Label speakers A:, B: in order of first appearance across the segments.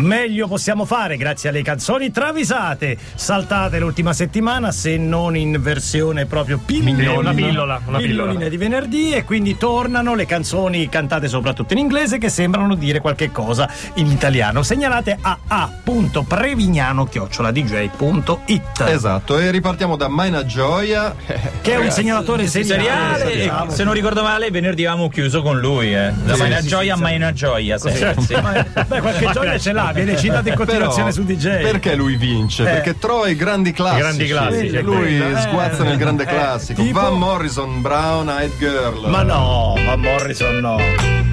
A: meglio possiamo fare grazie alle canzoni travisate. Saltate l'ultima settimana, se non in versione proprio pillolina,
B: Una pillola, una pillola.
A: pillolina di venerdì e quindi tornano le canzoni cantate soprattutto in inglese che sembrano dire qualche cosa in italiano. Segnalate a a.prevignano@dj.it.
C: Esatto, e ripartiamo da Maina Gioia.
A: Che è un segnalatore seriale.
B: Seriale, e
A: diciamo.
B: se non ricordo male, venerdì avevamo chiuso con lui. Eh. Da
C: Sì,
B: Maina
C: sì,
B: Gioia a Maina Gioia. sempre, sì.
A: Beh, qualche gioia ce l'ha, viene citato in continuazione su Eh. DJ.
C: Perché lui vince? Perché trova i grandi classici.
D: grandi classici,
C: E lui
A: eh,
C: sguazza nel grande classico.
A: tipo-
C: Van Morrison, Brown Eyed Girl.
A: Ma no, ma Morrison no. Eh.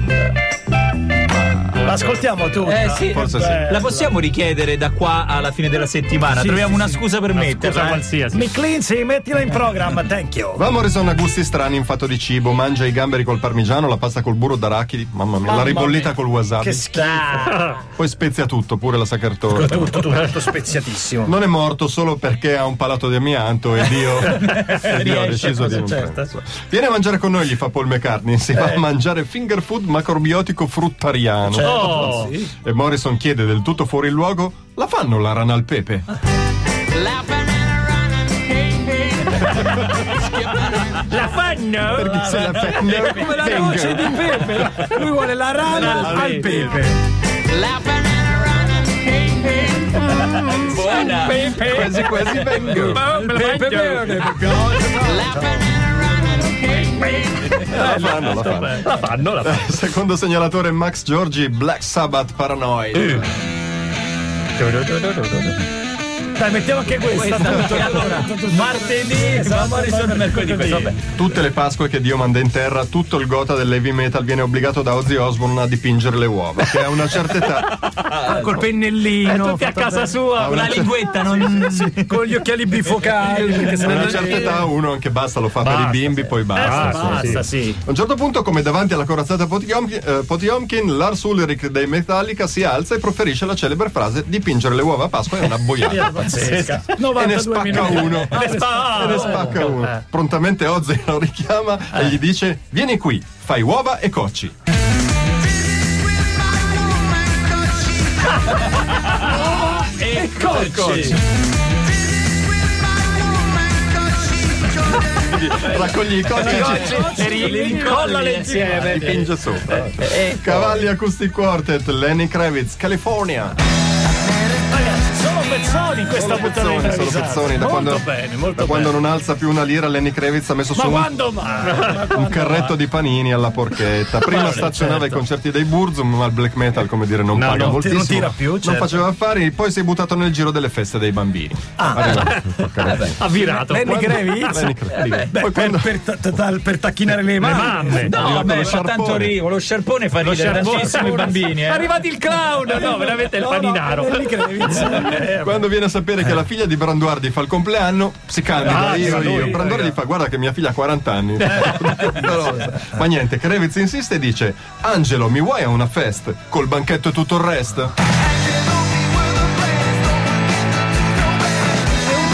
A: L'ascoltiamo tu.
B: Eh, sì.
C: Forse sì.
B: La possiamo richiedere da qua alla fine della settimana?
A: Sì,
B: Troviamo
A: sì,
B: una
A: sì.
B: scusa per metterla.
D: Scusa
B: eh.
D: qualsiasi.
A: McClincy, mettila in programma, thank you.
C: Van Morrison ha gusti strani in fatto di cibo, mangia i gamberi col parmigiano, la pasta col burro d'arachidi, mamma mia,
A: Mamma
C: la ribollita
A: mia.
C: col wasabi,
A: Che schifo.
C: poi spezia tutto, pure la sacartorta.
A: Tutto, tutto, tutto speziatissimo.
C: Non è morto solo perché ha un palato di amianto e Dio, e Dio ha
B: Riesce,
C: deciso di
B: cosa
C: non
B: certa.
C: prenderlo. Viene a mangiare con noi, gli fa Paul McCartney, si va a mangiare finger food macrobiotico fruttariano.
A: Certo.
D: Oh,
C: E Morrison chiede del tutto fuori luogo, la fanno la rana al pepe?
D: la fanno?
C: Perché se la fanno
A: Come la noce di Pepe. Lui vuole la rana
D: Rana
A: al
D: al pepe.
A: pepe.
B: Buona.
C: quasi quasi vengo.
D: Oh, me la
A: Pepe
D: mangio.
A: Leone.
C: Eh, La fanno, la fanno. Eh,
D: La fanno, la fanno.
C: Secondo segnalatore Max Giorgi, Black Sabbath Paranoid.
A: Dai, mettiamo anche questa. tanto.
B: E allora, martedì,
A: Esatto,
B: Van Morrison e mercoledì. Vabbè.
C: Tutte le Pasque che Dio manda in terra, tutto il gota dell'heavy metal viene obbligato da Ozzy Osbourne a dipingere le uova, che a una certa età
A: Col Ecco pennellino. Ecco.
D: Tutti a
A: fatto
D: casa
A: bene.
D: sua.
B: Una linguetta non.
A: Con gli occhiali bifocali. perché se
C: a
A: no
C: una
A: non-
C: certa età uno anche basta, Eh. lo fa per i bimbi, poi basta.
D: Basta,
A: Eh, Basta,
D: sì.
A: Ah, sì.
C: A un certo punto, come davanti alla corazzata Potiomkin, eh, Potiomkin, Lars Ulrich dei Metallica si alza e proferisce la celebre frase dipingere le uova a Pasqua è una boiata.
A: Pazzesca.
C: e ne spacca uno.
A: Ah, ne spacca-
C: E ne spacca uno. Prontamente Ozzy lo richiama e gli dice: Vieni qui, fai uova e cocci.
B: E
C: cocci. Raccogli i cocci e
B: E rincollale
A: Eh,
B: insieme.
C: ci Ah, dipinge sopra. Cavalli Acoustic Quartet, Lenny Kravitz, California.
A: Ragazzi, Sono pezzoni in questa
C: Sono
A: puntata
C: pezzoni,
A: di
C: sono
A: improvvisati.
C: pezzoni. Da
A: molto
C: quando,
A: bene, molto
C: da quando
A: bene.
C: non alza più una lira, Lenny Kravitz ha messo
A: Ma
C: su un,
A: quando mai? Ma
C: un
A: quando
C: carretto di panini alla porchetta. Prima stazionava ai concerti dei Burzum, ma il black metal, come dire, non paga
A: Certo. no,
C: moltissimo.
A: non tira più, certo.
C: Non faceva affari, poi si è buttato nel giro delle feste dei bambini.
A: Ah.
C: Arriva-
D: Ha virato.
A: mai? Lenny Kravitz? Eh,
C: Lenny Kravitz.
A: Beh,
C: Poi
A: per,
C: quando-
A: per ta- ta- ta- per tacchinare le
D: Le
A: mani.
D: mamme.
B: No,
C: Arrivato
B: vabbè,
C: lo
B: fa tanto
C: sciarpone.
B: ridere. Lo sciarpone fa ridere
D: sciarpone.
B: tantissimo i bambini.
D: È
B: Eh.
D: arrivato il clown. No, veramente il paninaro.
A: Lenny Kravitz. Eh,
C: Quando viene a sapere che la figlia di Branduardi fa il compleanno, si candida.
D: Ah,
C: io,
D: sì,
C: io.
D: lui,
C: Branduardi gli fa: Guarda che mia figlia ha 40 anni.
A: Eh.
C: Però- Ma niente, Krevitz insiste e dice: Angelo, mi vuoi a una fest? Col banchetto e tutto il resto?
A: è un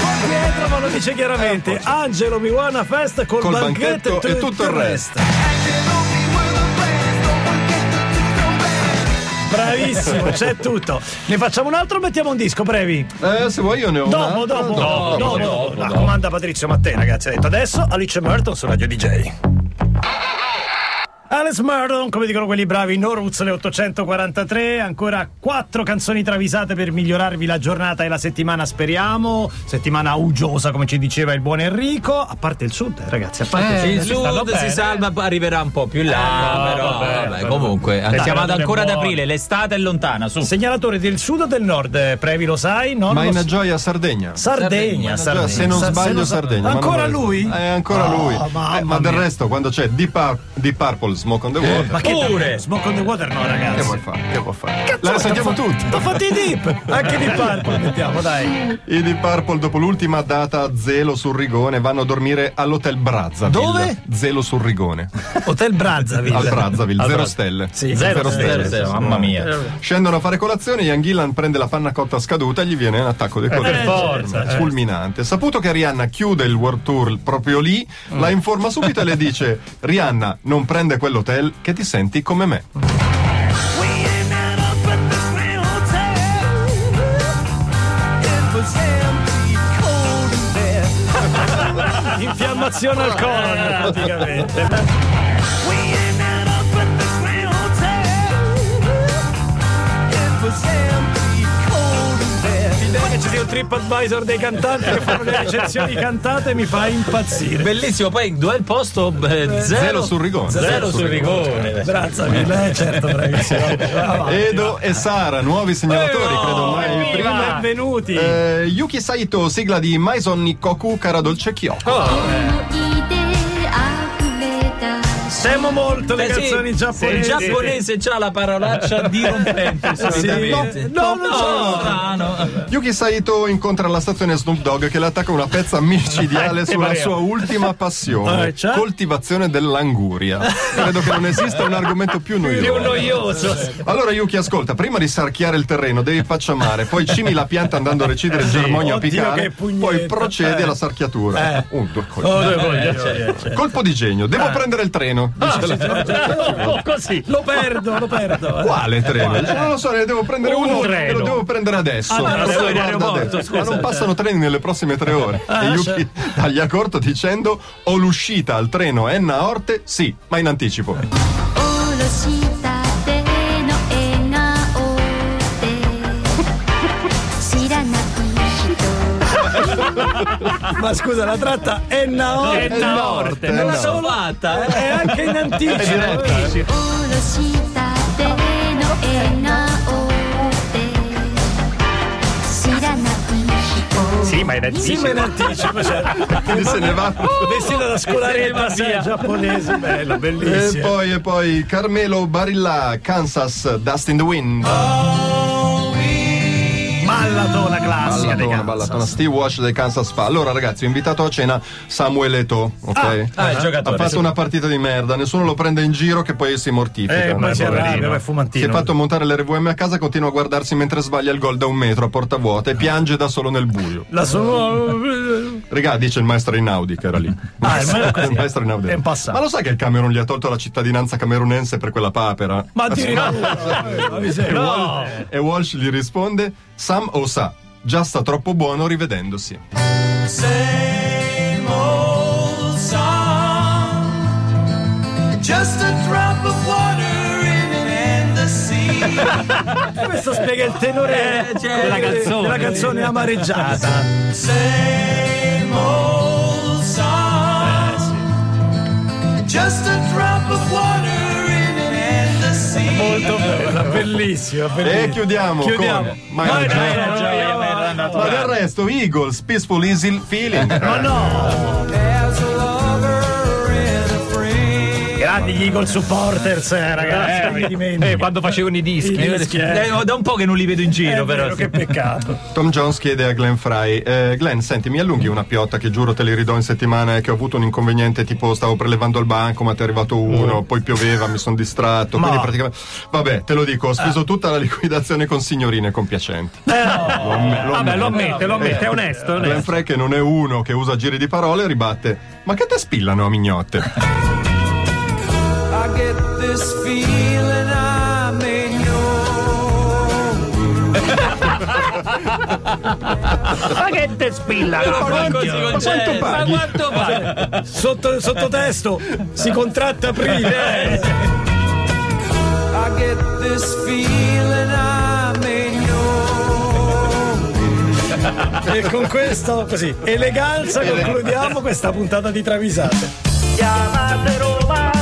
A: po' dietro, ma lo dice chiaramente. Angelo mi vuole una festa Eh, col,
C: Col banchetto
A: tu-
C: e tutto il resto.
A: Bravissimo, c'è tutto. Ne facciamo un altro o mettiamo un disco, brevi?
C: Eh, se vuoi io ne ho
A: Dopo,
C: un altro.
A: dopo, dopo, dopo, Raccomanda Patrizio Mattei, ragazzi. Ha detto adesso Alice Merton su Radio DJ. Alice Merton, come dicono quelli bravi, Noruz le 843, ancora quattro canzoni travisate per migliorarvi la giornata e la settimana, speriamo. Settimana uggiosa, come ci diceva il buon Enrico, a parte il sud, eh, ragazzi, a parte il sud.
D: si
B: Il
D: stanno
B: sud si
D: bene.
B: salva, arriverà un po' più in là,
D: Ah,
B: però
D: vabbè,
B: vabbè,
D: vabbè.
B: comunque
D: Temperature
B: siamo ad- ancora ad
D: buone.
B: aprile, l'estate è lontana, su.
A: Segnalatore del sud o del nord, eh, Previ lo sai, no?
C: Ma
A: Non
C: in
A: lo
C: una
A: so.
C: gioia Sardegna.
A: Sardegna,
C: Cioè,
A: Sardegna.
C: se non
A: Sa-
C: sbaglio
A: sa-
C: Sardegna. ma non
A: Ancora
C: vorrei-
A: lui?
C: Eh, ancora
A: Oh,
C: lui. Eh, Ma,
A: mamma
C: del
A: mia.
C: resto, quando c'è Deep, Pur- Deep Purple, Smoke on the Water,
A: Ma che
B: Pure.
A: Smoke on the Water no,
C: che
A: ragazzi.
C: vuoi fare? Che vuoi fare? La sentiamo tutti.
A: T'ho fatti i dip! Anche di Purple mettiamo, dai.
C: I Deep Purple dopo l'ultima data a Zelo sul Rigone vanno a dormire all'hotel Brazzaville.
A: Dove?
C: Zelo sul Rigone.
A: Hotel
C: Al
A: Brazzaville.
C: Brazzaville, zero stelle.
A: Sì, zero
B: Zero, zero,
A: stelle.
B: zero, mamma mia.
C: Scendono a fare colazione, Ian Gillan prende la panna cotta scaduta e gli viene un attacco di cuore.
D: per forza, eh.
C: Fulminante. Saputo che Rihanna chiude il World Tour proprio lì, la informa subito e le dice Rihanna, non prende quell'hotel che ti senti come me.
E: We ain't met up at this real hotel.
A: Infiammazione al colon, praticamente.
E: We ended up at the Grand Hotel. It was empty, cold and bare.
A: L'idea che ci sia un trip advisor dei cantanti che fanno le recensioni cantate mi fa impazzire.
B: Bellissimo, poi dov'è il posto? Eh, Zero,
C: Zero sul rigore.
B: Zero sul rigore.
A: Grazie mille, eh, certo, bravissimo.
C: Eh,
A: Avanti.
C: Edo e Sara, nuovi segnalatori,
B: Eh,
C: credo mai
A: Evviva!
C: prima.
A: Benvenuti.
C: Eh, Yuki Saito, sigla di Maison Nikoku Karadolce Kyoko.
A: Oh.
F: いで溢れた
A: Temo molto le
B: Beh, Eh sì,
A: canzoni
B: Il
A: giapponesi.
B: giapponese c'ha la parolaccia dirompente, solitamente.
A: Sì. No, no, non so.
B: No, strano.
C: Yuki Saito incontra alla stazione Snoop Dogg che le attacca una pezza micidiale sulla sua ultima passione,
A: Eh, cioè?
C: coltivazione dell'anguria. Credo che non esista un argomento più
B: Più
C: noioso.
B: noioso.
C: Allora Yuki, ascolta, prima di sarchiare il terreno devi pacciamare, poi cimi la pianta andando a recidere il germoglio a
A: Oddio,
C: piccare,
A: che pugnetta.
C: poi procedi
A: Eh.
C: alla sarchiatura.
A: Eh.
C: Un, due, colpi.
A: Oh, Eh. due voglia, cioè.
C: Colpo di genio, devo prendere il treno. dice la-
D: Oh, così.
A: Lo perdo, lo perdo.
B: Eh,
C: Eh, Quale treno? Dice, Non lo so, ne devo prendere
D: Un
C: uno
D: treno.
C: e lo devo prendere adesso.
A: Ah,
C: Lo
A: no,
C: devo
A: no,
C: guardare
A: l'aeroporto,
C: adesso.
A: scusa. Ah,
C: Ma non passano treni nelle prossime tre ore. e Yuki taglia corto dicendo: Ho l'uscita al treno Enna Orte, sì, ma in anticipo.
F: おろしたての笑顔で知らない人
A: Ma scusa, la tratta è Nao.
D: È
A: È
C: Enna
D: Enna
C: Orte,
D: Orte.
C: Enna
B: Non l'ha
C: Orte.
B: salvata. eh.
A: Eh, anche in
C: È
A: anticipo.
C: diretta. eh.
F: おろしたての笑顔で知らない人
D: Sì, ma in
A: Sì, ma in
D: anticipo.
A: anticipo, cioè,
C: Quindi se ne va.
A: vestita da scolaretta,
D: Sì,
A: sì,
D: via.
A: giapponese, bella,
C: E
A: bellissima.
C: poi, e poi Carmelo Barilla, Kansas, Dust in the Wind.
A: Ah, Ballatona classica dei
C: Ballatona,
A: Kansas.
C: ballatona. Steve Wash dei Kansas fa. Allora, ragazzi, ho invitato a cena Samuel Eto'o, ok?
B: Ah, il
C: ha
B: giocatore.
C: fatto
B: sì.
C: una partita di merda, nessuno lo prende in giro che poi si mortifica.
A: Eh, ma si
D: poverino.
A: arrabbia, ma è
C: Si
A: fumantino.
C: è fatto montare l'RVM a casa, continua a guardarsi mentre sbaglia il gol da un metro a porta
A: Ah.
C: vuota e piange da solo nel buio.
A: La sono...
C: Regà, dice il maestro Inaudi che era lì.
A: Ah, il maestro-
C: Il maestro Einaudi.
A: È un passato.
C: Ma lo sai che il Camerun gli ha tolto la cittadinanza camerunense per quella papera?
A: Ma di no. Ma mi
C: E,
A: sembra.
C: Wal- e Walsh gli risponde: Sam o sa, già sta troppo buono rivedendosi.
E: Same old song. Just a drop of water in an endless sea.
A: Questo spiega il tenore
B: Eh, cioè,
A: della, canzone,
B: canzone.
A: della canzone amareggiata.
E: Same old song. Just a drop of water in an endless sea.
A: Molto bella, bellissima, bellissima.
C: E chiudiamo,
A: Chiudiamo.
C: con My
A: Vai,
C: Angel.
A: dai,
B: Eh,
A: dai.
B: gioia, ma era nato-
C: Ma del resto, Eagles, Peaceful Easy Feeling.
A: Ma no!
E: As a lover and a friend.
A: Grandi gli Eagle supporters, eh, ragazzi, non mi dimentico.
D: Eh, quando facevano i dischi.
A: I dischi, eh.
B: Eh, Da un po' che non li vedo in
A: È
B: giro, però.
A: vero, che peccato.
C: Tom Jones chiede a Glenn Fry: eh, Glenn, senti, mi allunghi una piotta che giuro te li ridò in settimana e che ho avuto un inconveniente, tipo stavo prelevando il banco, ma ti è arrivato uno, poi pioveva, mi sono distratto. Quindi praticamente. Vabbè, te lo dico, ho speso tutta la liquidazione con signorine compiacenti. Lo amme- lo
D: Vabbè, lo
C: ammetto.
D: ammette, lo ammette, è onesto. è
C: Glenn
D: onesto.
C: Frey, che non è uno che usa giri di parole, ribatte: Ma che te spillano a mignotte?
E: I get this feeling I'm in your
D: Ma che te spilla?
B: Però fa così
D: coglione.
B: con Jazz, Ma
C: paghi?
B: quanto paghi?
A: Sotto, sottotesto, si contratta a aprile. eh.
E: I get this feeling I'm in your
A: E con questo, così, eleganza, concludiamo questa puntata di Travisate.
E: Chiamate Romano